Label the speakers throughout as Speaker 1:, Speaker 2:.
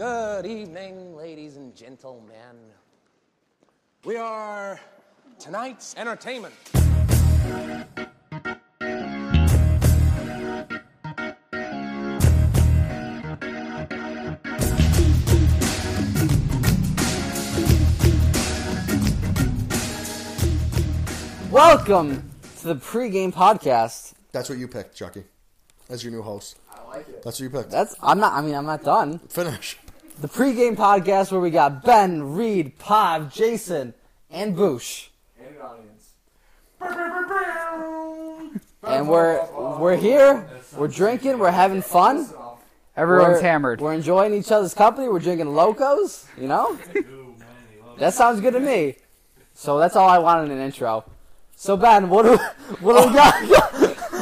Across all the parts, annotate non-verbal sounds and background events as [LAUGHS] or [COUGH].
Speaker 1: Good evening, ladies and gentlemen. We are tonight's entertainment.
Speaker 2: Welcome to the pregame podcast.
Speaker 3: That's what you picked, Chucky, as your new host. I like it. That's what you picked.
Speaker 2: That's I'm not. I mean, I'm not done.
Speaker 3: Finish.
Speaker 2: The pregame podcast where we got Ben, Reed, Pav, Jason, and Boosh, and we're we're here. We're drinking. We're having fun.
Speaker 4: Everyone's
Speaker 2: we're,
Speaker 4: hammered.
Speaker 2: We're enjoying each other's company. We're drinking locos. You know, that sounds good to me. So that's all I want in an intro. So Ben, what do [LAUGHS] what do we got?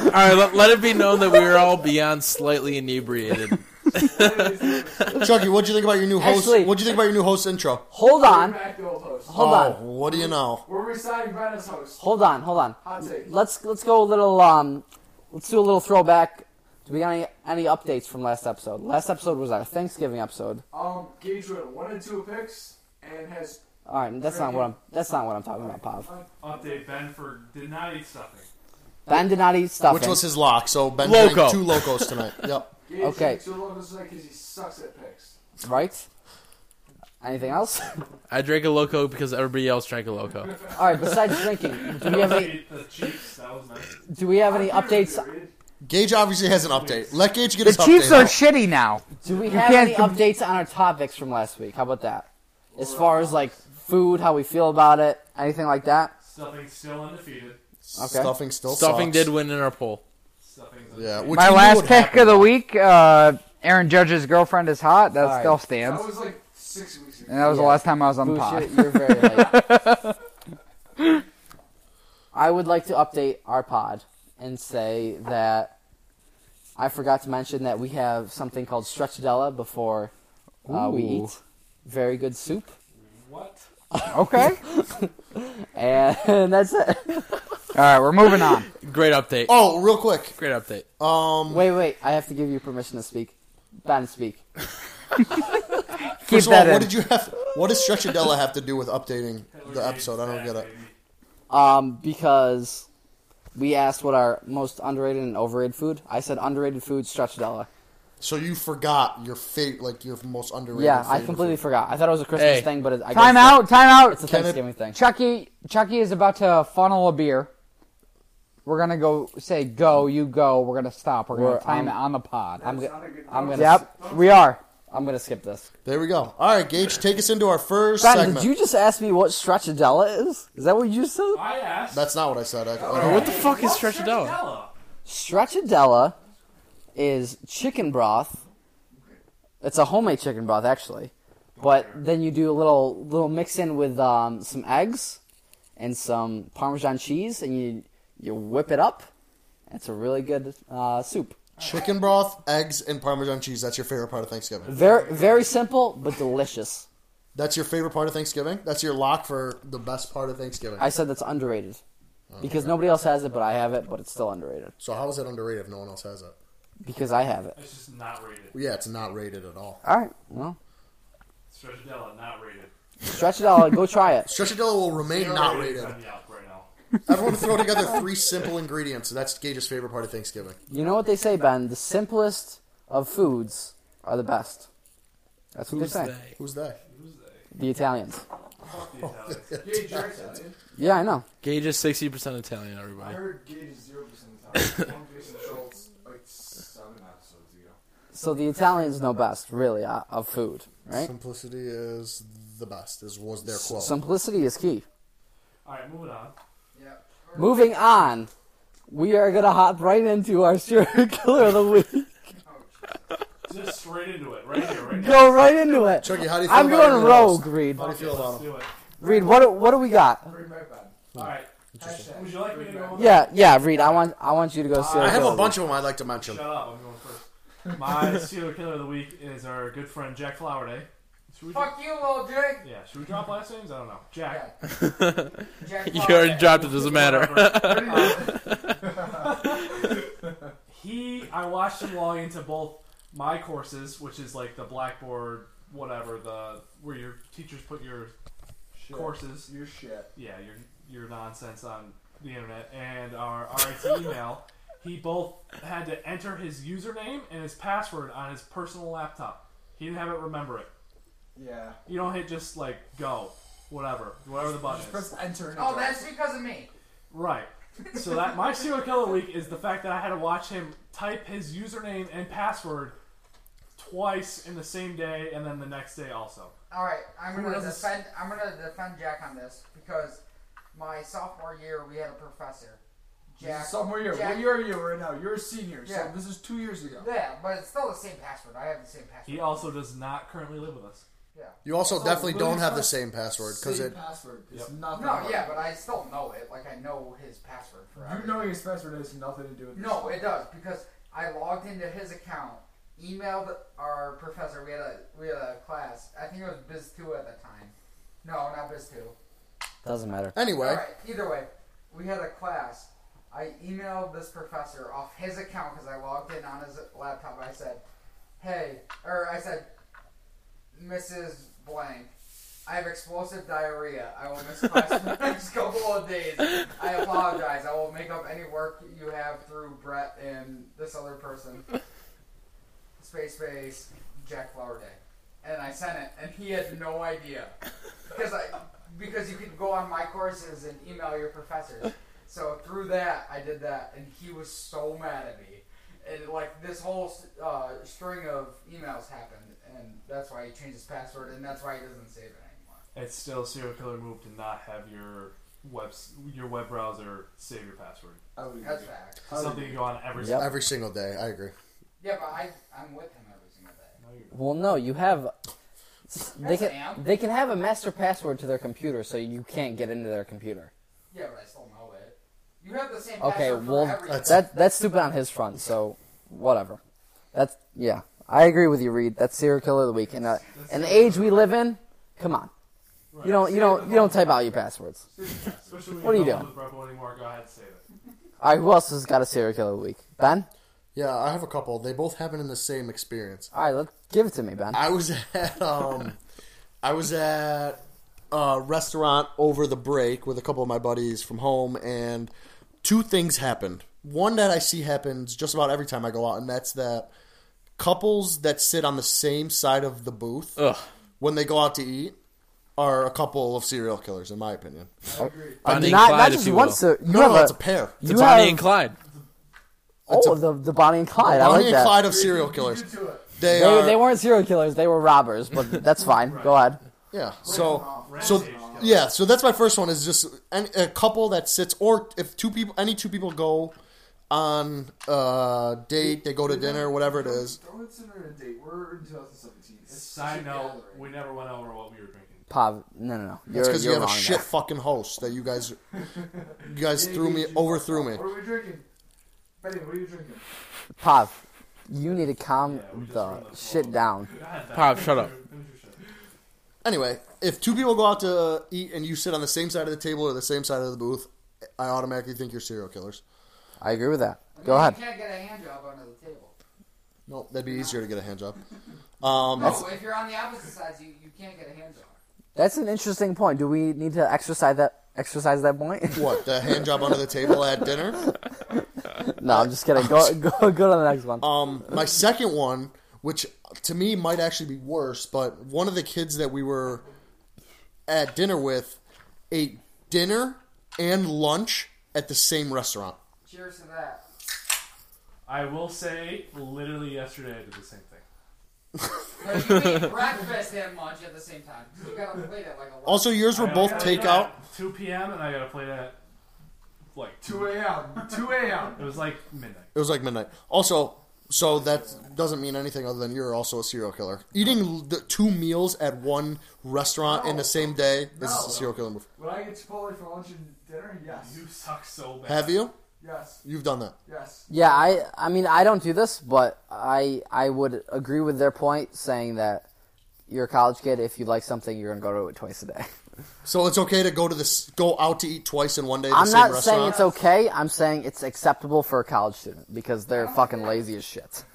Speaker 5: All right, let, let it be known that we are all beyond slightly inebriated.
Speaker 3: Chucky, what'd you think about your new host?
Speaker 2: Actually-
Speaker 3: what'd you think about your new host intro?
Speaker 2: Hold on, hold
Speaker 3: oh,
Speaker 2: on,
Speaker 3: what do you know?
Speaker 4: We're reciting Brennan's host.
Speaker 2: hold on, hold on.
Speaker 4: Hot take.
Speaker 2: let's let's go a little um let's do a little throwback. Do we got any any updates from last episode? Last episode was our Thanksgiving episode.
Speaker 4: Um, Gage went one and two picks and has
Speaker 2: All right, that's not what I'm that's not what I'm talking about, Pav.
Speaker 6: Update Ben for did not eat stuffing.
Speaker 2: Ben did not eat stuffing.
Speaker 3: Which was his lock? So Ben
Speaker 5: Loco.
Speaker 3: drank two locos
Speaker 4: [LAUGHS]
Speaker 3: tonight. yep.
Speaker 4: Gage
Speaker 2: Okay.
Speaker 4: took two locals tonight because he sucks at picks.
Speaker 2: right. Anything else? [LAUGHS]
Speaker 5: I drank a loco because everybody else drank a loco.
Speaker 2: All right. Besides drinking, do we have any
Speaker 6: Ate the Chiefs. That was nice.
Speaker 2: do we have any updates?
Speaker 3: Gage obviously has an update. Let Gage get
Speaker 4: The
Speaker 3: his
Speaker 4: Chiefs are
Speaker 3: update.
Speaker 4: shitty now.
Speaker 2: Do we have
Speaker 4: can't
Speaker 2: any
Speaker 4: com-
Speaker 2: updates on our topics from last week? How about that? As far as like food, how we feel about it, anything like that.
Speaker 6: Stuffing still undefeated.
Speaker 2: okay.
Speaker 3: Stuffing still
Speaker 5: Stuffing
Speaker 3: sucks.
Speaker 5: did win in our poll.
Speaker 6: Stuffing's
Speaker 3: Yeah.
Speaker 6: undefeated.
Speaker 3: which
Speaker 4: My
Speaker 3: you knew
Speaker 4: last
Speaker 3: would
Speaker 4: pick
Speaker 3: happen.
Speaker 4: of the week, uh, Aaron Judge's girlfriend is hot. That
Speaker 2: All right.
Speaker 4: still stands.
Speaker 6: That was like six weeks ago.
Speaker 4: and that was
Speaker 2: Yeah.
Speaker 4: the last time I was on the
Speaker 2: Boosh,
Speaker 4: pod.
Speaker 2: you're, you're
Speaker 4: [LAUGHS]
Speaker 2: very late. I would like to update our pod and say that I forgot to mention that we have something called stracciatella before uh, we
Speaker 4: Ooh.
Speaker 2: eat. Very good soup,
Speaker 6: What?
Speaker 4: Okay.
Speaker 2: [LAUGHS] and, that's it.
Speaker 4: All right, we're moving
Speaker 7: [LAUGHS]
Speaker 4: on.
Speaker 5: Great update.
Speaker 3: Oh, real quick.
Speaker 5: Great update.
Speaker 3: Um,
Speaker 2: Wait, wait, I have to give you permission to speak. Ben, speak.
Speaker 4: Keep
Speaker 3: first of all,
Speaker 4: that in.
Speaker 3: what did you have? What does Stretchadella have to do with updating the episode? I don't get it.
Speaker 2: Um, because we asked what our most underrated and overrated food. I said underrated food stracciatella.
Speaker 3: So you forgot your fate, like your most underrated.
Speaker 2: Yeah, I
Speaker 3: favorite
Speaker 2: completely
Speaker 3: food.
Speaker 2: forgot. I thought it was a Christmas
Speaker 5: Hey.
Speaker 2: thing, but it, I guess
Speaker 4: Time out. Time
Speaker 2: It's a
Speaker 4: out.
Speaker 3: Can it-
Speaker 2: Thanksgiving thing.
Speaker 4: Chucky. Chucky is about to funnel a beer. We're gonna go say go. You go. We're gonna stop. We're gonna
Speaker 2: We're-
Speaker 4: time
Speaker 2: I'm-
Speaker 4: it on the pod.
Speaker 2: I'm,
Speaker 6: not a
Speaker 2: go-
Speaker 6: good
Speaker 2: I'm gonna.
Speaker 4: Yep, we are.
Speaker 2: I'm gonna skip this.
Speaker 3: There we go. All right, Gage, take us into our first
Speaker 2: Ben,
Speaker 3: segment.
Speaker 2: did you just ask me what stracciatella is? Is that what you said?
Speaker 6: I asked.
Speaker 3: That's not what I said. I,
Speaker 5: What the fuck is stracciatella?
Speaker 2: Stracciatella is chicken broth. It's a homemade chicken broth, actually. But then you do a little little mix in with um, some eggs and some Parmesan cheese, and you you whip it up. It's a really good uh, soup.
Speaker 3: Chicken broth, eggs, and Parmesan cheese. That's your favorite part of Thanksgiving.
Speaker 2: Very very simple but delicious.
Speaker 3: That's your favorite part of Thanksgiving. That's your lock for the best part of Thanksgiving.
Speaker 2: I said that's underrated because nobody else has it, but I have it. But it's still underrated
Speaker 3: so how is it underrated if no one else has it?
Speaker 2: because I have it.
Speaker 6: It's just not rated.
Speaker 3: Yeah, it's not rated at all.
Speaker 2: All right, well,
Speaker 6: Stracciatella, not rated.
Speaker 2: stretch it out. Go try it.
Speaker 3: Stracciatella will remain not rated.
Speaker 6: On Yelp right now.
Speaker 3: Everyone throw together three simple ingredients. That's Gage's favorite part of Thanksgiving.
Speaker 2: You know what they say, Ben? The simplest of foods are the best. That's what
Speaker 5: Who's
Speaker 2: they say.
Speaker 5: they?
Speaker 3: Who's that?
Speaker 2: The Italians.
Speaker 6: Fuck the Italians. Gage drinks Italian.
Speaker 2: Yeah, I know.
Speaker 5: Gage is 60% Italian,
Speaker 6: I
Speaker 5: everybody. [LAUGHS]
Speaker 6: heard Gage is zero percent
Speaker 2: [LAUGHS]
Speaker 6: Italian. One Jason Schultz like seven episodes ago.
Speaker 2: So the Italians know best, really, uh, of food, right?
Speaker 3: Simplicity is the best. Is was their quote.
Speaker 2: Simplicity is key.
Speaker 6: All right, moving on.
Speaker 2: Moving on, we are gonna hop right into our serial killer of the week.
Speaker 6: Just straight into it, right here, right now.
Speaker 2: Go right into it.
Speaker 3: Chucky, how do you feel
Speaker 2: I'm
Speaker 3: about
Speaker 2: going
Speaker 3: your roast?
Speaker 2: rogue, Reed.
Speaker 3: How do you feel about
Speaker 6: Let's
Speaker 3: him?
Speaker 6: do it.
Speaker 2: Reed, what do- what do we got?
Speaker 6: All right. Hashtag. Would you like me to go? on?
Speaker 2: Yeah, yeah, Reed. I want I want you to go serial
Speaker 3: I have
Speaker 2: killer
Speaker 3: a
Speaker 2: of the
Speaker 3: bunch of them I'd like to mention.
Speaker 6: Shut up. I'm going first. My [LAUGHS] serial killer of the week is our good friend Jack Flowerday. Should we Fuck you, old Jake. Yeah. Should we drop last names? I don't know. Jack.
Speaker 5: You already dropped it, doesn't matter.
Speaker 6: [LAUGHS] Whatever. he, I watched him log into both my courses, which is like the Blackboard whatever the where your teachers put your
Speaker 8: Shit.
Speaker 6: courses,
Speaker 8: Your shit.
Speaker 6: yeah, your your nonsense on the internet, and our RIT email. He both had to enter his username and his password on his personal laptop. He didn't have it remember it.
Speaker 8: Yeah.
Speaker 6: You don't hit just like go, whatever, whatever the button is.
Speaker 8: Press enter. and
Speaker 7: Oh,
Speaker 8: go.
Speaker 7: that's because of me.
Speaker 6: Right. So that my serial killer week is the fact that I had to watch him type his username and password twice in the same day, and then the next day also.
Speaker 7: All right, I'm
Speaker 8: Who
Speaker 7: gonna
Speaker 8: else?
Speaker 7: defend. I'm gonna defend Jack on this because my sophomore year we had a professor, Jack.
Speaker 8: This is sophomore year.
Speaker 7: Jack-
Speaker 8: What year are you right now? You're a senior,
Speaker 7: Yeah.
Speaker 8: so this is two years ago.
Speaker 7: Yeah, but it's still the same password. I have the same password.
Speaker 6: He also does not currently live with us.
Speaker 3: You also
Speaker 8: Oh,
Speaker 3: definitely
Speaker 8: really?
Speaker 3: don't have the same password because
Speaker 8: Same
Speaker 3: it.
Speaker 8: password. It's nothing.
Speaker 7: No, yeah, but I still know it. Like I know his password for.
Speaker 8: You
Speaker 7: everything.
Speaker 8: knowing his password has nothing to do with this.
Speaker 7: No, it does because I logged into his account, emailed our professor. We had a we had a class. I think it was Biz Two at the time. No, not Biz Two.
Speaker 2: Doesn't matter.
Speaker 3: Anyway,
Speaker 7: All right. Either way, we had a class. I emailed this professor off his account because I logged in on his laptop. I said, "Hey," or I said, "Mrs. Blank." I have explosive diarrhea. I will miss class for the next couple of days. I apologize. I will make up any work you have through Brett and this other person. Space Space Jack Flower Day. And I sent it, and he had no idea because I because you can go on my courses and email your professors. So through that, I did that, and he was so mad at me, and like this whole uh, string of emails happened, and that's why he changed his password, and that's why he doesn't save it anymore.
Speaker 6: It's still serial killer move to not have your web your web browser save your password.
Speaker 8: I would
Speaker 7: That's
Speaker 8: agree.
Speaker 7: fact.
Speaker 6: It's something you go on every.
Speaker 2: Yep.
Speaker 3: every single day. I agree.
Speaker 7: Yeah, but I I'm with him every single day.
Speaker 2: Well, no, you have. They
Speaker 7: Yes, I
Speaker 2: can
Speaker 7: am.
Speaker 2: they can have a master password to their computer, so you can't get into their computer.
Speaker 7: Yeah, but I still know it. You have the same
Speaker 2: Okay,
Speaker 7: password
Speaker 2: well
Speaker 7: for everything.
Speaker 2: that that's stupid on his front. So whatever. That's yeah. I agree with you, Reed. That's serial killer of the week. And uh, in the age we live in, come on. You don't you don't you don't type out your passwords.
Speaker 6: Especially when
Speaker 2: What are you
Speaker 6: don't
Speaker 2: doing?
Speaker 6: live with Rebel anymore, go ahead and save it.
Speaker 2: All right, who else has got a serial killer of the week? Ben.
Speaker 3: Yeah, I have a couple. They both happen in the same experience.
Speaker 2: All right, let's give it to me, Ben.
Speaker 3: I was [LAUGHS] at um, I was at a restaurant over the break with a couple of my buddies from home, and two things happened. One that I see happens just about every time I go out, and that's that couples that sit on the same side of the booth
Speaker 5: Ugh.
Speaker 3: when they go out to eat are a couple of serial killers, in my opinion.
Speaker 5: Bonnie and
Speaker 2: not
Speaker 5: Clyde,
Speaker 2: not
Speaker 5: if
Speaker 2: just
Speaker 5: you
Speaker 2: one.
Speaker 5: will.
Speaker 2: Ser- you
Speaker 3: No,
Speaker 2: have
Speaker 3: no,
Speaker 2: a,
Speaker 3: it's a pair.
Speaker 2: you
Speaker 5: The Bonnie
Speaker 2: have-
Speaker 5: and Clyde.
Speaker 2: Oh, the the Bonnie and Clyde. I
Speaker 3: Bonnie
Speaker 2: like
Speaker 3: and
Speaker 2: that.
Speaker 3: Clyde uh, of serial killers. They,
Speaker 2: They,
Speaker 3: are,
Speaker 2: they weren't serial killers. They were robbers,
Speaker 3: [LAUGHS]
Speaker 2: but that's fine. Go ahead.
Speaker 3: yeah. So so
Speaker 6: Rampage killer.
Speaker 3: yeah. So that's my first one is just any, a couple that sits or if two people any two people go on a date, they go to dinner, whatever it is.
Speaker 8: Don't consider it a date. We're in 2017. It's
Speaker 6: Side
Speaker 8: such a
Speaker 6: note:
Speaker 8: gathering.
Speaker 6: We never went over what we were drinking.
Speaker 2: Pav, no, no, no. You're,
Speaker 3: That's because you
Speaker 2: you're
Speaker 3: have a
Speaker 2: wrong
Speaker 3: shit
Speaker 2: there.
Speaker 3: fucking host that you guys you
Speaker 8: [LAUGHS]
Speaker 3: guys threw me overthrew me.
Speaker 8: What are we drinking? Benny, what are you drinking?
Speaker 2: Pav, you need to calm
Speaker 6: Yeah, we just run
Speaker 2: the
Speaker 6: the
Speaker 2: shit
Speaker 6: flow.
Speaker 2: down.
Speaker 6: Go ahead, Ben.
Speaker 5: Pop, shut up.
Speaker 6: Finish your shit.
Speaker 3: Anyway, if two people go out to eat and you sit on the same side of the table or the same side of the booth, I automatically think you're serial killers.
Speaker 2: I agree with that.
Speaker 7: I mean,
Speaker 2: Go ahead.
Speaker 7: You can't get a hand job under the table.
Speaker 3: No, that'd be easier to get a hand job. Um,
Speaker 7: No, if you're on the opposite sides, you, you can't get a hand job.
Speaker 2: That's an interesting point. Do we need to exercise that exercise that point?
Speaker 3: What the hand job under the table at dinner?
Speaker 2: [LAUGHS] no, I'm just kidding. Go go go to the next one.
Speaker 3: Um, my second one, which to me might actually be worse, but one of the kids that we were at dinner with ate dinner and lunch at the same restaurant.
Speaker 7: Cheers to that.
Speaker 6: I will say, literally yesterday, I did the same thing.
Speaker 7: But you eat breakfast and lunch at the same time. You gotta plate it like a lot.
Speaker 3: Also, yours were
Speaker 6: I
Speaker 3: both
Speaker 6: gotta play
Speaker 3: takeout.
Speaker 6: at 2 p.m. and I gotta play that like 2.
Speaker 8: 2 a.m. [LAUGHS] 2 a.m.
Speaker 6: It was like midnight.
Speaker 3: It was like midnight. Also, so that doesn't mean anything other than you're also a serial killer. Eating the two meals at one restaurant in the same day is
Speaker 8: No.
Speaker 3: a serial killer move.
Speaker 8: When I get Chipotle for lunch and dinner, yes.
Speaker 6: You suck so bad.
Speaker 3: Have you?
Speaker 8: Yes.
Speaker 3: You've done that.
Speaker 8: Yes.
Speaker 2: Yeah, I I mean I don't do this, but I I would agree with their point saying that you're a college kid. If you like something, you're gonna go to it twice a day.
Speaker 3: So it's okay to go to this, go out to eat twice in one day. At the
Speaker 2: I'm
Speaker 3: same
Speaker 2: not
Speaker 3: restaurant?
Speaker 2: saying it's okay. I'm saying it's acceptable for a college student because they're fucking lazy as shit.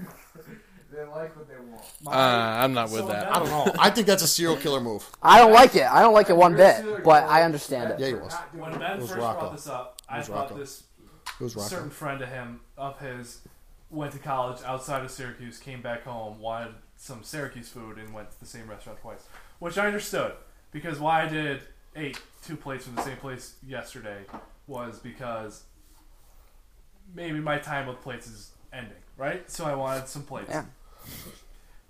Speaker 8: They like what they want.
Speaker 5: Uh, I'm not with that.
Speaker 3: I don't know. I think that's a serial killer move.
Speaker 2: I don't like it. I don't like it one
Speaker 8: You're a serial
Speaker 2: bit, but
Speaker 8: killer.
Speaker 2: I understand it.
Speaker 3: Yeah, he
Speaker 8: For
Speaker 3: was.
Speaker 8: not doing
Speaker 6: When
Speaker 8: it.
Speaker 6: Ben
Speaker 3: was
Speaker 6: first
Speaker 3: Rocco.
Speaker 6: brought this up, I
Speaker 3: was
Speaker 6: thought
Speaker 3: Rocco.
Speaker 6: this
Speaker 3: It was
Speaker 6: certain
Speaker 3: Rocco.
Speaker 6: friend of him of his went to college outside of Syracuse, came back home, wanted some Syracuse food, and went to the same restaurant twice, which I understood because why I did ate two plates from the same place yesterday was because maybe my time with plates is ending, right? So I wanted some plates.
Speaker 2: Yeah.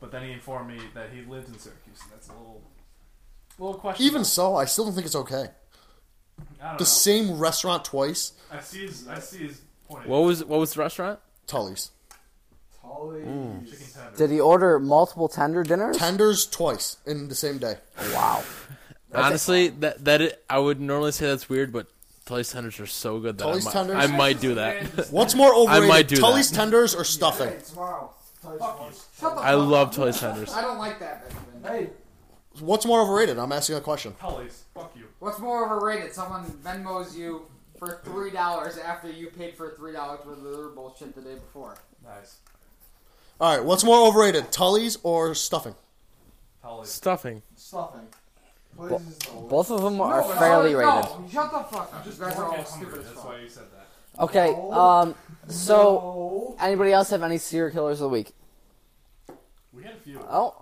Speaker 6: But then he informed me that he lived in Syracuse, and that's a little, little question.
Speaker 3: Even so, I still don't think it's okay.
Speaker 6: I don't
Speaker 3: The
Speaker 6: know.
Speaker 3: same restaurant twice,
Speaker 6: I see his, I see his point.
Speaker 5: What was what was the restaurant?
Speaker 3: Tully's.
Speaker 8: Tully's.
Speaker 3: Mm.
Speaker 6: Chicken tenders.
Speaker 2: Did he order multiple tender dinners?
Speaker 3: Tenders twice in the same day.
Speaker 2: Wow.
Speaker 5: Honestly, that that it, I would normally say that's weird, but Tully's tenders are so good that I
Speaker 3: Tully's
Speaker 5: might,
Speaker 3: tenders-
Speaker 5: I might do that.
Speaker 3: What's more overrated,
Speaker 5: might do
Speaker 3: Tully's
Speaker 5: that.
Speaker 3: tenders or stuffing?
Speaker 7: Hey, tomorrow.
Speaker 8: Shut the
Speaker 5: I love Tully's tenders.
Speaker 7: I don't like that. Benjamin.
Speaker 8: Hey,
Speaker 3: What's more overrated? I'm asking a question.
Speaker 6: Tully's. Fuck you.
Speaker 7: What's more overrated? Someone Venmos you for three dollars after you paid for three dollars for their bullshit the day before.
Speaker 6: Nice.
Speaker 3: All right, what's more overrated, Tully's or stuffing?
Speaker 6: Tully's.
Speaker 5: Stuffing.
Speaker 8: stuffing. Please is the worst.
Speaker 2: Both of them are
Speaker 7: No,
Speaker 2: fairly rated.
Speaker 7: No, shut the fuck up. You guys are all stupid as
Speaker 6: That's
Speaker 7: fuck.
Speaker 6: why you said that.
Speaker 2: Okay.
Speaker 8: No.
Speaker 2: Um. So,
Speaker 8: No.
Speaker 2: anybody else have any serial killers of the week?
Speaker 6: We had a few.
Speaker 2: Oh,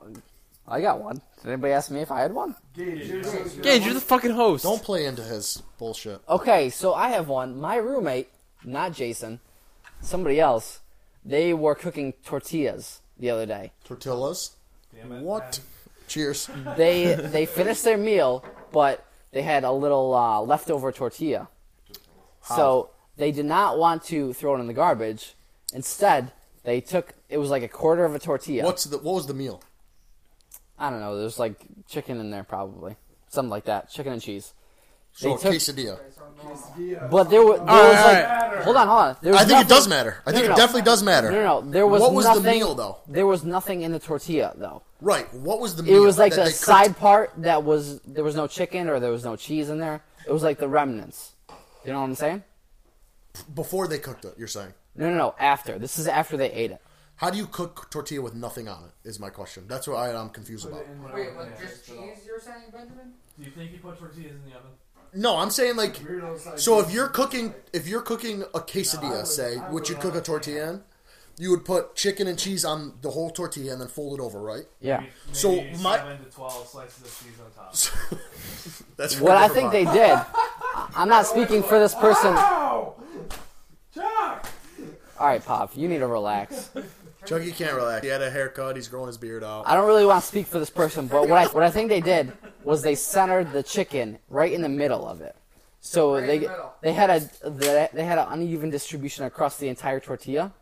Speaker 2: I got one. Did anybody ask me if I had one?
Speaker 8: Gage, you're so good.
Speaker 5: Gage, you're the fucking host.
Speaker 3: Don't play into his bullshit.
Speaker 2: Okay, so I have one. My roommate, not Jason, somebody else, they were cooking tortillas the other day.
Speaker 3: Tortillas.
Speaker 6: Damn it.
Speaker 3: What? Cheers.
Speaker 2: They they finished their meal, but they had a little uh, leftover tortilla. So they did not want to throw it in the garbage. Instead, they took it was like a quarter of a tortilla.
Speaker 3: What's the what was the meal?
Speaker 2: I don't know. There's like chicken in there, probably something like that. Chicken and cheese.
Speaker 3: So a
Speaker 2: took-
Speaker 3: quesadilla.
Speaker 8: Yeah.
Speaker 2: But there was, there
Speaker 5: All
Speaker 2: was
Speaker 5: right,
Speaker 2: like,
Speaker 5: all
Speaker 6: right.
Speaker 2: hold on, hold on. There was
Speaker 3: I think it
Speaker 2: nothing-
Speaker 3: does matter. I
Speaker 2: No, no,
Speaker 3: think it
Speaker 2: no.
Speaker 3: definitely does matter.
Speaker 2: No, no, no. There was
Speaker 3: What was
Speaker 2: nothing,
Speaker 3: the meal though?
Speaker 2: There was nothing in the tortilla though.
Speaker 3: Right. What was the
Speaker 2: It
Speaker 3: meal?
Speaker 2: was like
Speaker 3: that
Speaker 2: the
Speaker 3: they cooked?
Speaker 2: side part that was there was no chicken or there was no cheese in there. It was like the remnants. You know what I'm saying?
Speaker 3: before they cooked it. You're saying.
Speaker 2: No, no, no. After this is after they ate it.
Speaker 3: How do you cook tortilla with nothing on it? Is my question. That's what I, I'm confused about.
Speaker 7: Wait, was just cheese you're saying, Benjamin?
Speaker 6: uh, Do you think he put tortillas in the oven?
Speaker 3: No, I'm saying like.
Speaker 8: Weirdos like
Speaker 3: So
Speaker 8: you.
Speaker 3: if you're cooking, if you're cooking a quesadilla, say, which you cook a tortilla in, you would put chicken and cheese on the whole tortilla and then fold it over, right?
Speaker 2: Yeah.
Speaker 6: so
Speaker 3: So my-
Speaker 6: seven to twelve slices of cheese on top.
Speaker 3: That's
Speaker 2: What I think they
Speaker 3: [LAUGHS]
Speaker 2: did. I'm not speaking for this person.
Speaker 8: Ow! Jack!
Speaker 2: All right, Pop, you need to relax.
Speaker 3: Chunky can't relax. He had a haircut. He's growing his beard out.
Speaker 2: I don't really want to speak for this person, but what I what I think they did was they centered the chicken right in the middle of it. So
Speaker 7: in
Speaker 2: they
Speaker 7: the middle.
Speaker 2: they had a they they had an uneven distribution across the entire tortilla.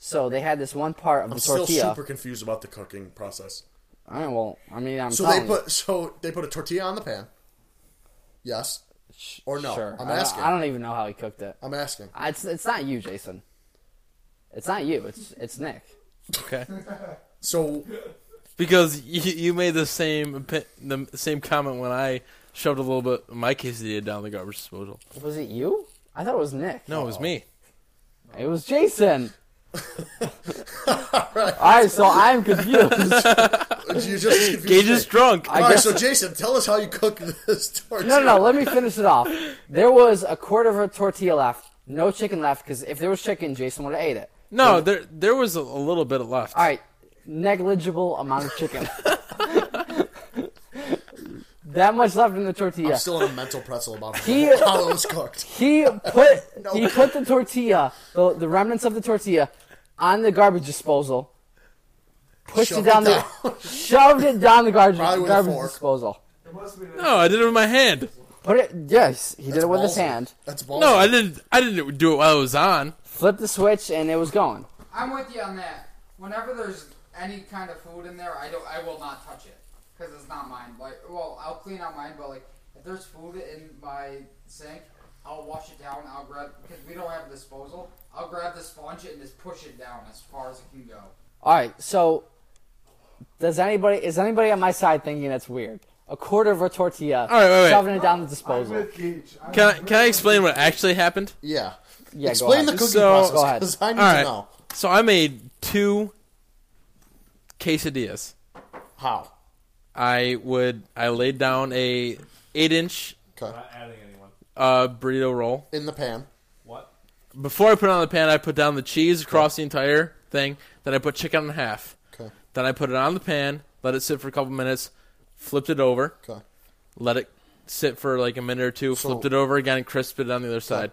Speaker 2: So they had this one part of the
Speaker 3: I'm still
Speaker 2: tortilla.
Speaker 3: super confused about the cooking process.
Speaker 2: All right, well, I mean, I'm
Speaker 3: So
Speaker 2: telling
Speaker 3: they put so they put a tortilla on the pan. Yes,
Speaker 2: you.
Speaker 3: or no?
Speaker 2: Sure.
Speaker 3: I'm
Speaker 2: I don't-
Speaker 3: asking.
Speaker 2: I don't even know how he cooked it.
Speaker 3: I'm asking.
Speaker 2: I- It's it's not you, Jason. It's not you. It's it's Nick.
Speaker 5: Okay.
Speaker 3: So
Speaker 5: Because you, you made the same opi- the same comment when I shoved a little bit of my quesadilla down the garbage disposal.
Speaker 2: Was it you? I thought it was Nick.
Speaker 5: No, it was me.
Speaker 2: It was
Speaker 3: [LAUGHS]
Speaker 2: Jason. All right, so I'm confused. [LAUGHS]
Speaker 3: you just confused
Speaker 5: Gage is
Speaker 3: me.
Speaker 5: drunk.
Speaker 2: I
Speaker 3: All right,
Speaker 2: guess-
Speaker 3: so Jason, tell us how you cook this tortilla.
Speaker 2: No, no, no. Let me finish it off. There was a quarter of a tortilla left. No chicken left because if there was chicken, Jason would have ate it.
Speaker 5: No, there there was a, a little bit left.
Speaker 2: All right, negligible amount of chicken. [LAUGHS] that much left in the tortilla.
Speaker 3: I'm still in a mental pretzel about
Speaker 2: He-
Speaker 3: [LAUGHS]
Speaker 2: [LAUGHS]
Speaker 3: how it was cooked.
Speaker 2: he
Speaker 3: [LAUGHS]
Speaker 2: put he put the tortilla, the, the remnants of the tortilla, on the garbage disposal. Pushed
Speaker 3: Shoved
Speaker 2: it down
Speaker 3: it
Speaker 2: the, shoved it down
Speaker 3: [LAUGHS]
Speaker 2: the garbage
Speaker 3: Probably with a
Speaker 2: garbage
Speaker 3: fork.
Speaker 2: disposal.
Speaker 8: It must be the
Speaker 5: No, I did it with my hand.
Speaker 2: Put it. Yes, he did
Speaker 3: That's
Speaker 2: it with his
Speaker 3: ballsy.
Speaker 2: hand.
Speaker 3: That's ballsy.
Speaker 5: No, I didn't. I didn't do it while it was on.
Speaker 2: Flipped the switch and it was going.
Speaker 7: I'm with you on that. Whenever there's any kind of food in there, I don't, I will not touch it because it's not mine. Like, well, I'll clean out mine, but like, if there's food in my sink, I'll wash it down. I'll grab because we don't have disposal. I'll grab the sponge and just push it down as far as it can go.
Speaker 2: All right, so does anybody is anybody on my side thinking that's weird? A quarter of a tortilla,
Speaker 5: All right, wait, wait.
Speaker 2: shoving it down the
Speaker 8: I'm
Speaker 2: disposal.
Speaker 8: with Gage. I'm
Speaker 5: Can I,
Speaker 8: with
Speaker 5: can I
Speaker 8: Gage.
Speaker 5: explain what actually happened?
Speaker 3: Yeah.
Speaker 2: Yeah, go
Speaker 3: Explain
Speaker 2: ahead.
Speaker 3: the cooking
Speaker 5: So-
Speaker 3: process
Speaker 2: Go ahead.
Speaker 3: because I need
Speaker 5: All right.
Speaker 3: to know.
Speaker 5: So I made two quesadillas.
Speaker 3: How?
Speaker 5: I would I laid down a eight inch
Speaker 3: Okay.
Speaker 6: Not adding anyone.
Speaker 5: uh, burrito roll.
Speaker 3: In the pan.
Speaker 6: What?
Speaker 5: Before I put it on the pan, I put down the cheese across the entire thing. Then I put chicken in half.
Speaker 3: Okay.
Speaker 5: Then I put it on the pan, let it sit for a couple minutes, flipped it over,
Speaker 3: Okay.
Speaker 5: let it sit for like a minute or two,
Speaker 3: So-
Speaker 5: flipped it over again, and crisped it on the other side.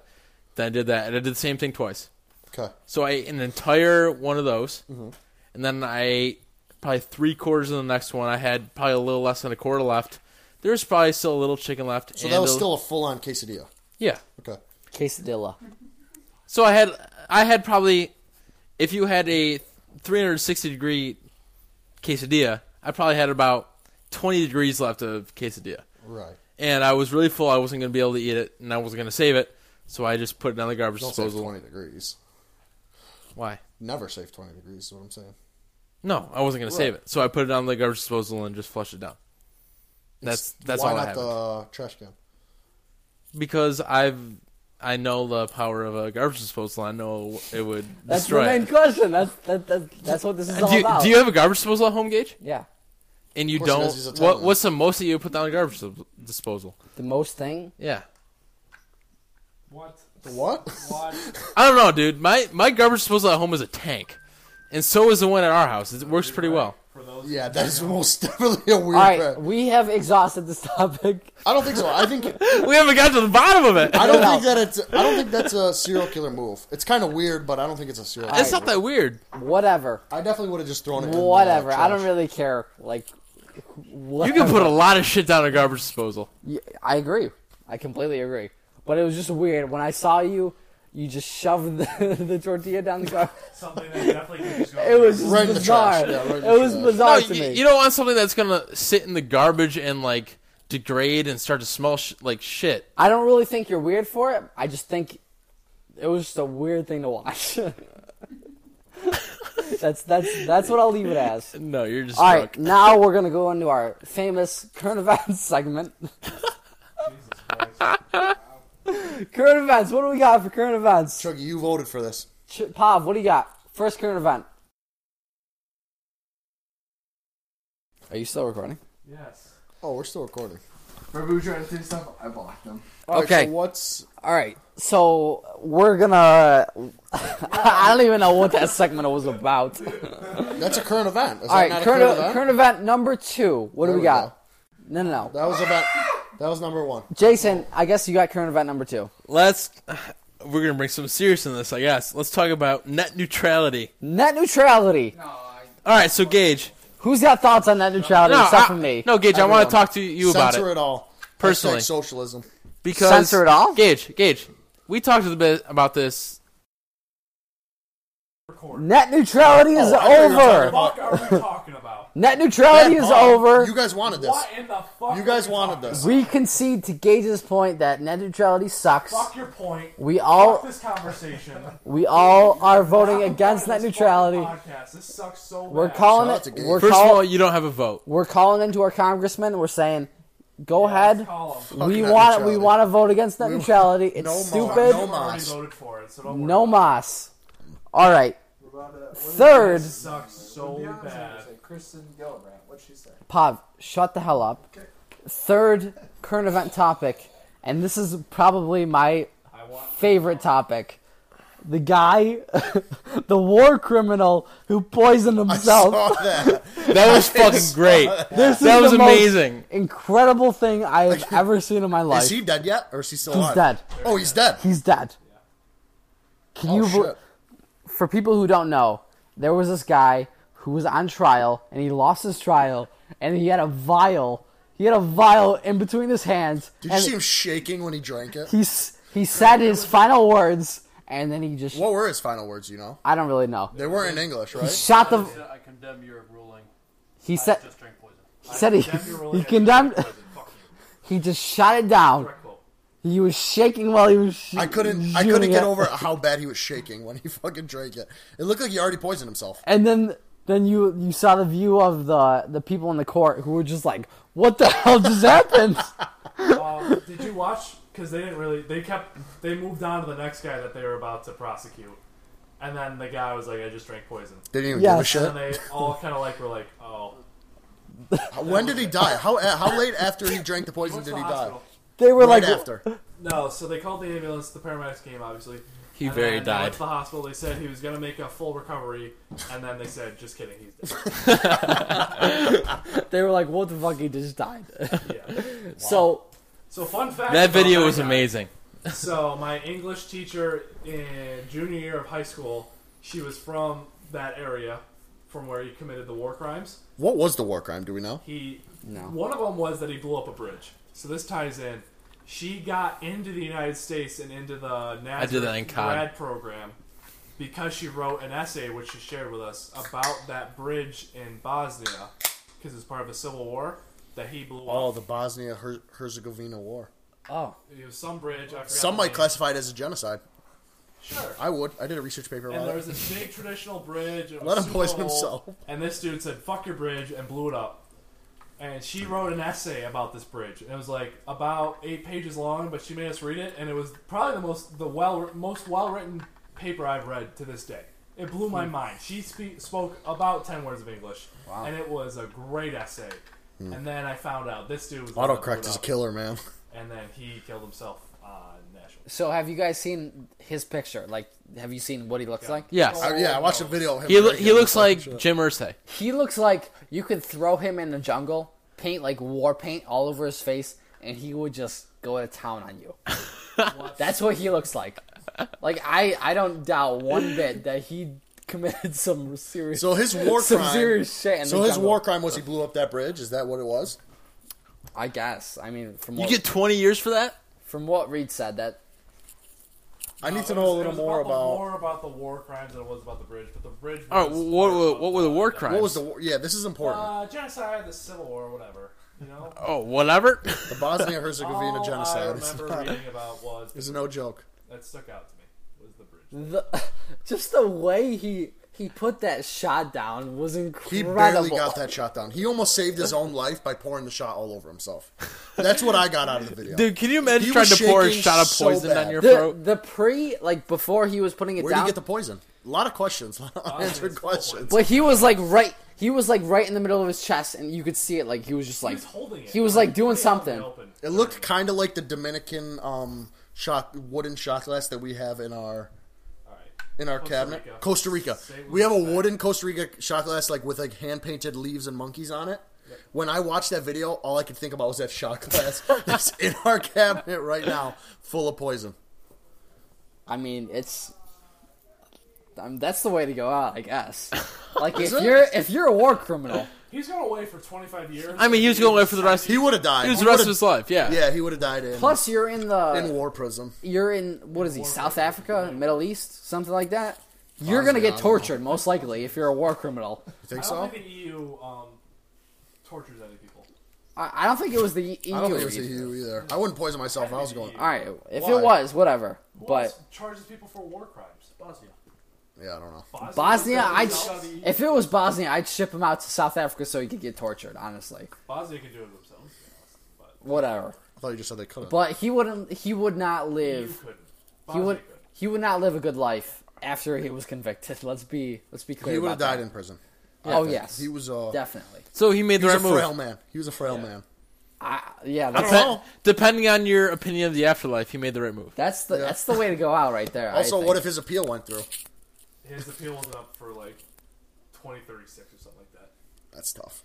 Speaker 5: Then I did that, and I did the same thing twice.
Speaker 3: Okay.
Speaker 5: So I ate an entire one of those,
Speaker 3: Mm-hmm.
Speaker 5: and then I ate probably three quarters of the next one. I had probably a little less than a quarter left. There's probably still a little chicken left.
Speaker 3: So
Speaker 5: and
Speaker 3: that was
Speaker 5: a-
Speaker 3: still a full on quesadilla.
Speaker 5: yeah.
Speaker 3: Okay.
Speaker 2: Quesadilla.
Speaker 5: So I had I had probably if you had a 360 degree quesadilla, I probably had about 20 degrees left of quesadilla.
Speaker 3: Right.
Speaker 5: And I was really full. I wasn't going to be able to eat it, and I wasn't going to save it. So I just put it on the garbage
Speaker 3: Don't save
Speaker 5: disposal.
Speaker 3: 20 degrees.
Speaker 5: Why?
Speaker 3: Never save 20 degrees is what I'm saying.
Speaker 5: No, I wasn't going to save it. So I put it on the garbage disposal and just flushed it down. That's that's
Speaker 3: Why
Speaker 5: all I
Speaker 3: not
Speaker 5: have.
Speaker 3: the trash can?
Speaker 5: Because I've I know the power of a garbage disposal. I know it would
Speaker 2: That's the
Speaker 5: destroy.
Speaker 2: main
Speaker 5: It.
Speaker 2: question. That's that, that, that's what this is all
Speaker 5: Do you,
Speaker 2: about.
Speaker 5: do you have a garbage disposal at home, Gage?
Speaker 2: yeah.
Speaker 5: and you
Speaker 3: Of course he
Speaker 5: don't.
Speaker 3: does, he's Italian.
Speaker 5: What, what's the most that you put down a garbage dis- disposal?
Speaker 2: The most thing.
Speaker 5: Yeah,
Speaker 6: What?
Speaker 3: What?
Speaker 6: What?
Speaker 5: I don't know, dude. My my garbage disposal at home is a tank, and so is the one at our house. It works pretty well.
Speaker 6: For those.
Speaker 3: [LAUGHS] yeah, that's most [LAUGHS] definitely a weird
Speaker 2: All right,
Speaker 3: crap.
Speaker 2: we have exhausted this [LAUGHS] topic.
Speaker 3: I don't think so.
Speaker 2: [LAUGHS]
Speaker 3: I think
Speaker 5: We haven't got to the bottom of it.
Speaker 3: I don't
Speaker 2: No.
Speaker 3: think that it's I don't think that's a serial killer move. It's kind of weird, but I don't think it's a serial.
Speaker 5: It's
Speaker 3: killer
Speaker 5: not that weird.
Speaker 2: Whatever.
Speaker 3: move. I definitely would have just thrown it. in the, uh,
Speaker 2: Whatever. I don't
Speaker 3: trash.
Speaker 2: really care. Like,
Speaker 5: You can
Speaker 2: [LAUGHS]
Speaker 5: put a lot of shit down a garbage disposal.
Speaker 2: Y- I agree. I completely agree. But it was just weird when I saw you. You just shoved [LAUGHS] the, the tortilla down the car.
Speaker 6: Something that definitely could just go.
Speaker 2: It was just
Speaker 3: Right in the trash.
Speaker 2: bizarre.
Speaker 3: Yeah, right in the
Speaker 2: it was
Speaker 3: trash.
Speaker 5: No,
Speaker 2: bizarre to
Speaker 5: you,
Speaker 2: me.
Speaker 5: you don't want something that's gonna sit in the garbage and like degrade and start to smell sh- like shit.
Speaker 2: I don't really think you're weird for it. I just think it was just a weird thing to watch. [LAUGHS] that's that's that's what I'll leave it as.
Speaker 5: No, you're just
Speaker 2: All
Speaker 5: drunk.
Speaker 2: right, now we're gonna go into our famous current events [LAUGHS] segment.
Speaker 6: Jesus Christ.
Speaker 2: current events. What do we got for current events?
Speaker 3: Chucky, you voted for this.
Speaker 2: Ch- Pav, what do you got? First current event. Are you still recording?
Speaker 6: Yes.
Speaker 3: Oh, we're still recording.
Speaker 7: Remember we were trying to do stuff? I blocked them.
Speaker 3: All right,
Speaker 2: Okay.
Speaker 3: so what's
Speaker 2: All right, so we're gonna. [LAUGHS] I don't even know what that segment was about.
Speaker 3: that's a current event? Is
Speaker 2: All
Speaker 3: that
Speaker 2: right,
Speaker 3: not
Speaker 2: current,
Speaker 3: a current event?
Speaker 2: current event number two. What
Speaker 3: There
Speaker 2: do
Speaker 3: we
Speaker 2: we got? No, no, no.
Speaker 3: That was about. That was number one.
Speaker 2: Jason, I guess you got current event number two.
Speaker 5: Let's. We're gonna bring some serious in this, I guess. Let's talk about net neutrality.
Speaker 2: Net neutrality.
Speaker 7: No, I.
Speaker 5: All right, so Gage.
Speaker 2: Who's got thoughts on net neutrality except
Speaker 5: I-
Speaker 2: for me?
Speaker 5: No, Gage, I
Speaker 3: Everyone.
Speaker 5: want to talk to you about
Speaker 3: Censor
Speaker 5: it.
Speaker 3: all.
Speaker 5: Personally.
Speaker 3: Hashtag socialism.
Speaker 5: because
Speaker 2: Censor it all?
Speaker 5: Gage, Gage, we talked a bit about this.
Speaker 2: Net neutrality is
Speaker 3: Oh, I thought you were talking
Speaker 2: over.
Speaker 3: about-
Speaker 6: Fuck, are
Speaker 2: [LAUGHS]
Speaker 6: we talking about?
Speaker 2: Net neutrality is
Speaker 3: Oh,
Speaker 2: over.
Speaker 3: You guys wanted this.
Speaker 6: What in the fuck?
Speaker 3: You
Speaker 6: are
Speaker 3: guys
Speaker 6: we
Speaker 3: wanted
Speaker 6: talking
Speaker 3: this.
Speaker 2: We concede to Gage's point that net neutrality sucks.
Speaker 6: about? Fuck your point.
Speaker 2: We
Speaker 6: Fuck
Speaker 2: all
Speaker 6: this conversation.
Speaker 2: we all are [LAUGHS] voting
Speaker 6: Fuck
Speaker 2: against net
Speaker 6: this
Speaker 2: neutrality.
Speaker 6: fucking Podcast. This sucks so
Speaker 2: We're
Speaker 6: bad.
Speaker 2: calling
Speaker 3: Shout out to
Speaker 2: it.
Speaker 3: Gage.
Speaker 2: We're,
Speaker 5: First of all,
Speaker 2: call,
Speaker 5: you don't have a vote.
Speaker 2: we're calling into our congressman. We're saying, go ahead.
Speaker 6: Call 'em.
Speaker 2: We
Speaker 3: net
Speaker 2: want we
Speaker 3: neutrality.
Speaker 2: want to vote against net neutrality. It's
Speaker 3: mo-
Speaker 2: stupid.
Speaker 3: no
Speaker 6: You already
Speaker 3: mas.
Speaker 6: voted for it, so don't worry
Speaker 2: No
Speaker 6: about
Speaker 2: mas. All right.
Speaker 6: it.
Speaker 2: Third,
Speaker 6: This sucks so bad.
Speaker 7: Kristen Gillibrand, what she say?
Speaker 2: Pav, shut the hell up. Third current event topic, and this is probably my
Speaker 6: I want.
Speaker 2: favorite topic. The guy, [LAUGHS] the war criminal who poisoned
Speaker 3: I
Speaker 2: himself.
Speaker 3: saw that.
Speaker 5: That
Speaker 2: [LAUGHS]
Speaker 5: was fucking great.
Speaker 2: This
Speaker 5: That
Speaker 2: is
Speaker 5: was
Speaker 2: the most
Speaker 5: amazing.
Speaker 2: incredible thing I have ever seen in my
Speaker 3: Is
Speaker 2: life.
Speaker 3: he dead yet, or is he still
Speaker 2: He's
Speaker 3: alive?
Speaker 2: dead.
Speaker 3: Oh, he's dead.
Speaker 2: He's dead. Can
Speaker 3: Oh,
Speaker 2: you? bel-
Speaker 3: shit.
Speaker 2: for people who don't know, there was this guy who was on trial and he lost his trial and he had a vial. He had a vial in between his hands.
Speaker 3: Did you
Speaker 2: and
Speaker 3: see him shaking when he drank it?
Speaker 2: He, s- he said his final words and then he just.
Speaker 3: What were his final words? You know,
Speaker 2: I don't really know.
Speaker 3: they were in
Speaker 2: [LAUGHS]
Speaker 3: English, right?
Speaker 2: Shot the.
Speaker 9: I condemn your ruling.
Speaker 2: He said.
Speaker 9: Just drink poison.
Speaker 2: He said he, he condemned. He just shot it down. He was shaking while he was. Sh-
Speaker 3: I couldn't. I
Speaker 2: shooting
Speaker 3: couldn't get
Speaker 2: it.
Speaker 3: over how bad he was shaking when he [LAUGHS] fucking drank it. It looked like he already poisoned himself.
Speaker 2: And then then you you saw the view of the the people in the court who were just like, "What the hell just happened?"
Speaker 6: Um, did you watch? Because they didn't really. They kept. They moved on to the next guy that they were about to prosecute. And then the guy was like, "I just drank poison."
Speaker 3: They didn't even
Speaker 2: Yes.
Speaker 3: give a
Speaker 6: And
Speaker 3: shit.
Speaker 6: then they all kind of like were like, "Oh,
Speaker 3: When did he die? How eh, how late after he drank the poison
Speaker 6: went to
Speaker 3: did
Speaker 6: the
Speaker 3: he die?
Speaker 6: hospital."
Speaker 2: They were like,
Speaker 3: right after.
Speaker 6: No, so they called the ambulance. The paramedics came, obviously.
Speaker 5: He
Speaker 6: and
Speaker 5: very
Speaker 6: then they went
Speaker 5: died.
Speaker 6: To the hospital, they said he was gonna make a full recovery, and then they said, "Just kidding, he's dead."
Speaker 5: [LAUGHS]
Speaker 2: they were like, what the fuck? He just died.
Speaker 6: Yeah.
Speaker 2: [LAUGHS] So
Speaker 6: So fun fact.
Speaker 5: That
Speaker 6: about
Speaker 5: video was
Speaker 6: guy.
Speaker 5: amazing.
Speaker 6: So my English teacher in junior year of high school, she was from that area, from where he committed the war crimes.
Speaker 3: What was the war crime? Do we know?
Speaker 6: He
Speaker 2: No.
Speaker 6: one of them was that he blew up a bridge. So this ties in. She got into the United States and into the
Speaker 5: did that in
Speaker 6: Nazareth
Speaker 5: COD.
Speaker 6: grad program because she wrote an essay which she shared with us about that bridge in Bosnia because it's part of a civil war that he blew
Speaker 3: Oh,
Speaker 6: up.
Speaker 3: the Bosnia Her- Herzegovina war.
Speaker 6: It was some bridge. I forgot
Speaker 3: Some
Speaker 6: the
Speaker 3: might
Speaker 6: name.
Speaker 3: classify it as a genocide.
Speaker 6: Sure.
Speaker 3: I would. I did a research paper
Speaker 6: And there
Speaker 3: about it.
Speaker 6: was this big traditional bridge. It was
Speaker 3: Let him
Speaker 6: super
Speaker 3: poison
Speaker 6: old,
Speaker 3: himself.
Speaker 6: And this dude said, "Fuck your bridge," and blew it up. And she wrote an essay about this bridge, and it was like about eight pages long. But she made us read it, and it was probably the most the well most well written paper I've read to this day. It blew
Speaker 3: Hmm.
Speaker 6: my mind. She spe- spoke about ten words of English, and it was a great essay. And then I found out this dude was the one that blew
Speaker 3: Hmm. Autocorrect
Speaker 6: it
Speaker 3: is a
Speaker 6: up,
Speaker 3: killer, man.
Speaker 6: And then he killed himself on national.
Speaker 2: So have you guys seen his picture? Like, have you seen what he looks like?
Speaker 3: [LAUGHS]
Speaker 5: Yes.
Speaker 3: I- yeah, I watched a video. Of him
Speaker 5: He, lo-
Speaker 3: breaking
Speaker 5: he
Speaker 3: the
Speaker 5: looks
Speaker 3: fucking
Speaker 5: like
Speaker 3: shit.
Speaker 5: Jim Irsay.
Speaker 2: He looks like you could throw him in the jungle, paint like war paint all over his face, and he would just go to town on [LAUGHS] you. That's what he looks like. Like I, I don't doubt one bit that he committed some serious,
Speaker 3: So
Speaker 2: [LAUGHS]
Speaker 3: his war
Speaker 2: some
Speaker 3: crime.
Speaker 2: serious shit. In
Speaker 3: so
Speaker 2: the
Speaker 3: his
Speaker 2: jungle.
Speaker 3: war crime was he blew up that bridge. Is that what it was?
Speaker 2: I guess. I mean, from
Speaker 5: You
Speaker 2: what,
Speaker 5: get 20 years for that?
Speaker 2: from what Reed said, that
Speaker 3: I need
Speaker 6: Uh,
Speaker 3: to
Speaker 6: it
Speaker 3: know
Speaker 6: was-
Speaker 3: a little
Speaker 6: it was
Speaker 3: more
Speaker 6: about the
Speaker 3: about
Speaker 6: more about the war crimes than it was about the bridge, but the bridge. Was
Speaker 5: All right, what, what, what were the war crimes?
Speaker 3: what was the war? Yeah, this is important.
Speaker 6: Uh, genocide, the Civil War, whatever.
Speaker 3: [LAUGHS]
Speaker 6: You know,
Speaker 5: Oh, whatever.
Speaker 3: the
Speaker 6: [LAUGHS]
Speaker 3: Bosnia Herzegovina
Speaker 6: all Oh, I
Speaker 3: genocide. It's, [LAUGHS]
Speaker 6: remember
Speaker 3: not-
Speaker 6: reading about was
Speaker 3: it's no Mm-hmm. joke.
Speaker 6: that stuck out to me was the bridge.
Speaker 2: the, [LAUGHS] just the way he he put that shot down was
Speaker 3: He
Speaker 2: incredible.
Speaker 3: barely got that shot down. He almost saved his own life by pouring the shot all over himself. That's what I got out of the video.
Speaker 5: [LAUGHS] Dude, can you imagine
Speaker 3: He
Speaker 5: trying to
Speaker 3: was
Speaker 5: pour a
Speaker 3: shaking
Speaker 5: shot of
Speaker 3: so
Speaker 5: poison
Speaker 3: bad.
Speaker 5: down your
Speaker 2: The,
Speaker 5: throat?
Speaker 2: the pre like before he was putting it
Speaker 3: Where would
Speaker 2: down.
Speaker 3: you get the poison? A lot of questions. [LAUGHS] A lot of unanswered
Speaker 6: Oh, it's
Speaker 3: questions.
Speaker 2: But he was [LAUGHS] like right. He was like right in the middle of his chest, and you could see it. Like he was just like
Speaker 6: He was holding it.
Speaker 2: he was, like,
Speaker 6: It
Speaker 2: doing
Speaker 6: out in the
Speaker 2: something.
Speaker 6: open.
Speaker 3: It looked kind of like the Dominican um, shot wooden shot glass that we have in our
Speaker 6: All right.
Speaker 3: in our
Speaker 6: Costa
Speaker 3: cabinet.
Speaker 6: Rica.
Speaker 3: Costa Rica.
Speaker 6: Say what
Speaker 3: We have a
Speaker 6: you say.
Speaker 3: wooden Costa Rica shot glass like with like hand painted leaves and monkeys on it. When I watched that video, all I could think about was that shot glass [LAUGHS] that's in our cabinet right now, full of poison.
Speaker 2: I mean, it's. I mean, that's the way to go out, I
Speaker 3: [LAUGHS]
Speaker 2: guess. Like if
Speaker 3: it?
Speaker 2: you're if you're a war
Speaker 3: [LAUGHS]
Speaker 2: criminal,
Speaker 6: He's going away for 25 years.
Speaker 5: I mean, he was going away for the rest.
Speaker 3: He would have died.
Speaker 5: He was
Speaker 3: He
Speaker 5: the rest of
Speaker 3: would've-
Speaker 5: his life. Yeah.
Speaker 3: Yeah, he would have died in
Speaker 2: plus uh, you're in the
Speaker 3: in war prison.
Speaker 2: you're in what is he South Africa, Middle East, something like that. You're gonna
Speaker 3: Honestly, I
Speaker 2: get
Speaker 3: don't know.
Speaker 2: tortured most likely if you're a war criminal.
Speaker 3: You
Speaker 6: I
Speaker 3: think
Speaker 6: don't
Speaker 3: so?
Speaker 6: think the EU um, tortures any people.
Speaker 2: I, I don't think it was the EU.
Speaker 3: I don't think it was the
Speaker 2: Reed.
Speaker 3: EU either. I wouldn't poison myself if I was going.
Speaker 2: All right, if
Speaker 3: Why?
Speaker 2: it was, whatever.
Speaker 6: Who
Speaker 2: But
Speaker 6: else charges people for war crimes? Bosnia.
Speaker 3: Yeah, I don't know.
Speaker 6: Bosnia.
Speaker 2: Bosnia, I'd
Speaker 6: Out of the EU.
Speaker 2: if it was Bosnia, I'd ship him out to South Africa so he could get tortured. Honestly,
Speaker 6: Bosnia can do it themselves. to be honest, But
Speaker 2: whatever.
Speaker 3: I thought you just said they couldn't.
Speaker 2: But he wouldn't. He would not
Speaker 6: you
Speaker 2: live.
Speaker 6: couldn't.
Speaker 2: He
Speaker 6: Bosnia
Speaker 2: would.
Speaker 6: could.
Speaker 2: He would not live a good life after he was convicted. Let's be. Let's be clear.
Speaker 3: He would have
Speaker 2: about that.
Speaker 3: died in prison.
Speaker 2: Oh yes,
Speaker 3: He was uh,
Speaker 2: definitely.
Speaker 5: So he made
Speaker 3: he
Speaker 5: the
Speaker 3: was
Speaker 5: right
Speaker 3: a frail
Speaker 5: move.
Speaker 3: man. He was a frail man.
Speaker 2: I, yeah,
Speaker 3: I
Speaker 2: that's,
Speaker 3: don't know.
Speaker 5: Depending on your opinion of the afterlife, he made the right move.
Speaker 2: that's the that's the way to go out right there. I
Speaker 3: Also, what
Speaker 2: think.
Speaker 3: if his appeal went through?
Speaker 6: His appeal was up for like 2036 or something like that.
Speaker 3: That's tough.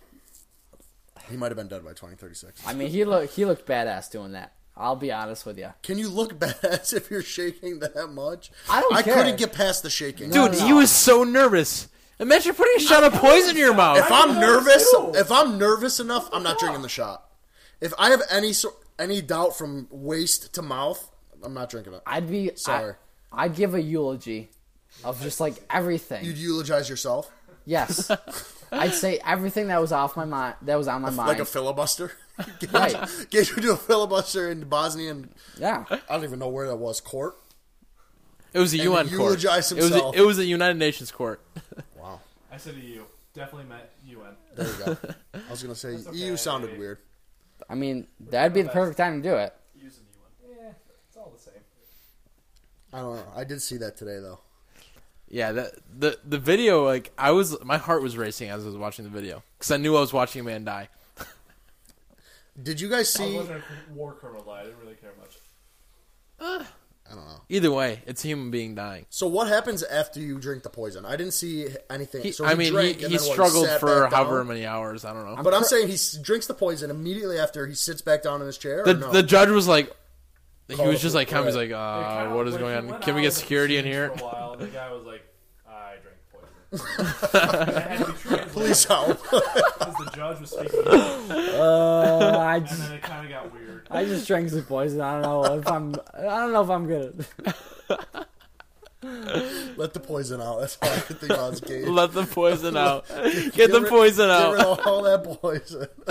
Speaker 3: He might have been dead by 2036.
Speaker 2: I mean, he looked he looked badass doing that. I'll be honest with you.
Speaker 3: Can you look [LAUGHS] badass if you're shaking that much?
Speaker 2: I don't
Speaker 3: I
Speaker 2: care.
Speaker 3: couldn't get past the shaking.
Speaker 5: Dude,
Speaker 2: no,
Speaker 5: he
Speaker 2: no.
Speaker 5: was so nervous. Imagine putting a shot of poison in your mouth.
Speaker 3: if I'm nervous,
Speaker 6: too.
Speaker 3: if I'm nervous enough, I'm not drinking the shot. If I have any sort, any doubt from waist to mouth, I'm not drinking it.
Speaker 2: I'd be
Speaker 3: Sorry.
Speaker 2: I, I'd give a eulogy of just like everything.
Speaker 3: You'd eulogize yourself
Speaker 2: Yes.
Speaker 3: [LAUGHS]
Speaker 2: I'd say everything that was off my mind that was on my mind.
Speaker 3: like a filibuster. [LAUGHS] Get-
Speaker 2: Right.
Speaker 3: Get you to do a filibuster in Bosnia, and
Speaker 2: yeah.
Speaker 3: I don't even know where that was. Court.
Speaker 5: It was a
Speaker 3: And
Speaker 5: UN
Speaker 3: he
Speaker 5: court. It was
Speaker 3: eulogized
Speaker 5: a,
Speaker 3: himself.
Speaker 5: it was a United Nations court.
Speaker 3: Wow.
Speaker 6: I said EU. Definitely meant UN.
Speaker 3: There you go. I was gonna say
Speaker 6: okay,
Speaker 3: EU sounded
Speaker 6: baby.
Speaker 3: weird.
Speaker 2: I mean, that'd be the perfect time to do it.
Speaker 6: Use an UN. Yeah, it's all the same.
Speaker 3: I don't know. I did see that today though.
Speaker 5: Yeah, that, the the video like I was my heart was racing as I was watching the video because I knew I was watching a man die.
Speaker 3: Did you guys
Speaker 6: I
Speaker 3: see?
Speaker 6: wasn't a war criminal. though. I didn't really care much.
Speaker 5: Either way, it's a human being dying.
Speaker 3: So what happens after you drink the poison? I didn't see anything.
Speaker 5: He,
Speaker 3: so
Speaker 5: I mean,
Speaker 3: drank
Speaker 5: he,
Speaker 3: and
Speaker 5: he
Speaker 3: then, what,
Speaker 5: struggled
Speaker 3: sat
Speaker 5: for
Speaker 3: back
Speaker 5: however
Speaker 3: down?
Speaker 5: many hours. I don't know.
Speaker 3: But I'm saying he s- drinks the poison immediately after he sits back down in his chair. or
Speaker 5: the
Speaker 3: no? [LAUGHS]
Speaker 5: the judge was like, he was
Speaker 3: Colorful,
Speaker 5: just like, kind of
Speaker 3: right.
Speaker 5: like,
Speaker 6: It
Speaker 5: uh,
Speaker 6: kinda-
Speaker 5: what is
Speaker 6: like,
Speaker 5: going
Speaker 6: he
Speaker 5: on?
Speaker 6: went
Speaker 5: Can we
Speaker 6: out
Speaker 5: get
Speaker 6: of the
Speaker 5: security in
Speaker 6: machine
Speaker 5: here?
Speaker 6: For a while, and the guy was like, "I drank poison." That had to be translated
Speaker 3: Please help.
Speaker 6: because the judge was speaking, English,
Speaker 2: Uh, I
Speaker 6: and
Speaker 2: just
Speaker 6: then it kind of got weird.
Speaker 2: I just drank some poison. I don't know if I'm I don't know if I'm good.
Speaker 3: Let the poison out. That's all I can think about. Is Gabe.
Speaker 5: [LAUGHS] Let
Speaker 3: [LAUGHS]
Speaker 5: the poison out. Get,
Speaker 3: Get
Speaker 5: the
Speaker 3: rid-
Speaker 5: poison
Speaker 3: Get rid
Speaker 5: out.
Speaker 3: of all that poison. [LAUGHS]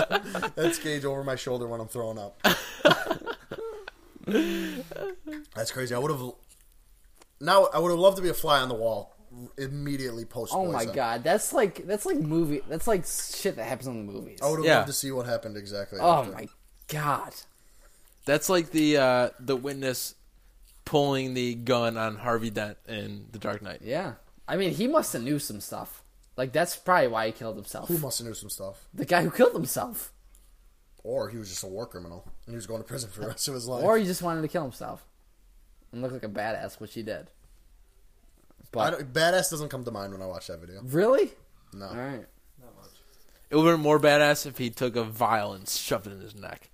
Speaker 3: That's Gage over my shoulder when I'm throwing up.
Speaker 5: [LAUGHS]
Speaker 3: That's crazy. I would have now. I would have loved to be a fly on the wall immediately post.
Speaker 2: Oh my god, that's like that's like movie. That's like shit that happens in the movies.
Speaker 3: I would have
Speaker 5: Yeah.
Speaker 3: loved to see what happened exactly.
Speaker 2: Oh
Speaker 3: after.
Speaker 2: my god.
Speaker 5: That's like the uh, the witness pulling the gun on Harvey Dent in The Dark Knight.
Speaker 2: Yeah. I mean, he must have knew some stuff. Like that's probably why he killed himself.
Speaker 3: Who must have knew some stuff,
Speaker 2: the guy who killed himself,
Speaker 3: or he was just a war criminal and he was going to prison for the rest of his life.
Speaker 2: or he just wanted to kill himself and look like a badass, which he did.
Speaker 3: I
Speaker 2: But
Speaker 3: don't- badass doesn't come to mind when I watch that video.
Speaker 2: really,
Speaker 3: No,
Speaker 2: all right.
Speaker 5: It would have been more badass if he took a vial and shoved it in his neck.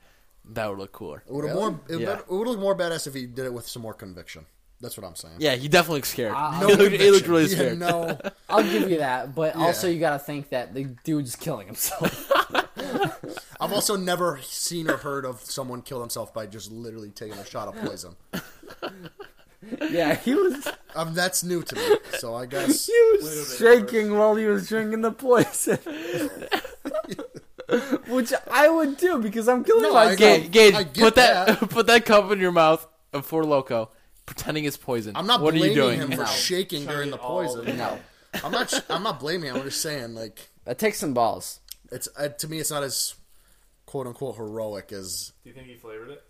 Speaker 5: That would look cooler.
Speaker 3: it would have more. It,
Speaker 5: Yeah.
Speaker 3: would look more badass if he did it with some more conviction. That's what I'm saying.
Speaker 5: Yeah, he definitely looked scared.
Speaker 2: Uh,
Speaker 5: [LAUGHS] he, looked, he looked
Speaker 3: conviction. He had
Speaker 5: really scared. Uh,
Speaker 3: no,
Speaker 5: [LAUGHS]
Speaker 2: I'll give you that. But also,
Speaker 3: Yeah.
Speaker 2: you got to think that the dude's killing himself.
Speaker 3: I've also never seen or heard of someone kill themselves by just literally taking a shot of poison.
Speaker 2: [LAUGHS] yeah, he was
Speaker 3: Um, that's new to me, so I
Speaker 5: [LAUGHS]
Speaker 3: guess
Speaker 2: he was shaking while he was drinking the poison. [LAUGHS] Which I would do because I'm killing
Speaker 3: No, I
Speaker 2: myself.
Speaker 5: Ga-
Speaker 3: No,
Speaker 5: Gage,
Speaker 3: I get
Speaker 5: put that,
Speaker 3: that.
Speaker 5: [LAUGHS] put that cup in your mouth of Four Loco, pretending it's poison.
Speaker 3: I'm not
Speaker 5: What are
Speaker 3: blaming
Speaker 5: you doing?
Speaker 3: him for
Speaker 2: No.
Speaker 3: shaking during the
Speaker 6: it all
Speaker 3: poison.
Speaker 2: No,
Speaker 3: I'm not. sh- I'm not blaming. him. I'm just saying, like,
Speaker 2: that takes Uh, some balls.
Speaker 3: it's uh, to me, it's not as quote unquote heroic as
Speaker 6: Do you think he flavored it?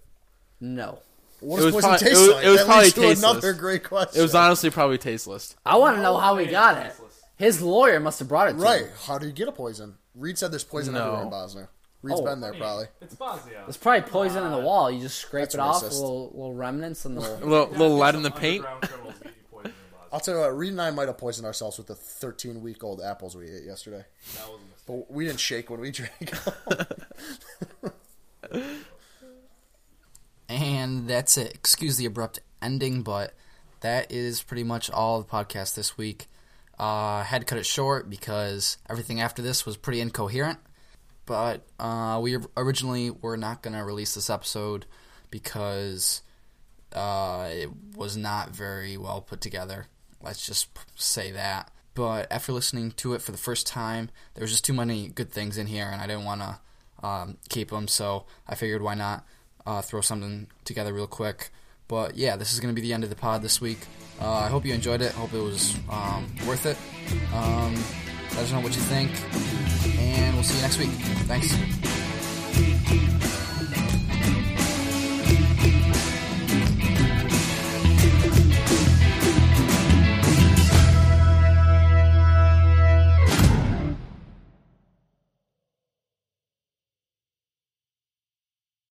Speaker 2: No,
Speaker 3: what
Speaker 5: It
Speaker 3: does
Speaker 5: was
Speaker 3: poison
Speaker 5: prob-
Speaker 3: taste
Speaker 5: it was-
Speaker 3: like?
Speaker 5: it was
Speaker 3: that
Speaker 5: probably
Speaker 3: leads to
Speaker 5: tasteless.
Speaker 3: another great question.
Speaker 5: It was honestly probably tasteless.
Speaker 2: I want to know how
Speaker 6: way
Speaker 2: he
Speaker 6: it's
Speaker 2: got it.
Speaker 6: tasteless.
Speaker 2: His lawyer must have brought it to
Speaker 3: right.
Speaker 2: him.
Speaker 3: How do you get a poison? Reed said there's poison
Speaker 5: No.
Speaker 3: everywhere in Bosnia. Reed's
Speaker 2: Oh.
Speaker 3: been there probably.
Speaker 6: It's Bosnia.
Speaker 2: It's probably poison on the wall. You just scrape
Speaker 3: That's
Speaker 2: it off,
Speaker 3: racist.
Speaker 2: little, little remnants,
Speaker 3: [LAUGHS]
Speaker 2: and
Speaker 5: A
Speaker 2: the.
Speaker 5: little, little lead in the paint.
Speaker 6: Underground criminals get you poisoned in Bosnia.
Speaker 3: I'll tell you what. Reed and I might have poisoned ourselves with the 13 week old apples we ate yesterday,
Speaker 6: That was a mistake.
Speaker 3: but we didn't shake when we [LAUGHS] drank.
Speaker 2: And that's it. Excuse the abrupt ending, but that is pretty much all the podcast this week. Uh, had to cut it short because everything after this was pretty incoherent. But uh, we originally were not going to release this episode because uh, it was not very well put together. Let's just p- say that. But after listening to it for the first time, there was just too many good things in here, and I didn't want to um, keep them. So I figured, why not uh, throw something together real quick? But yeah, this is going to be the end of the pod this week. Uh, I hope you enjoyed it. Hope it was um, worth it. Um, let us know what you think, and we'll see you next week. Thanks.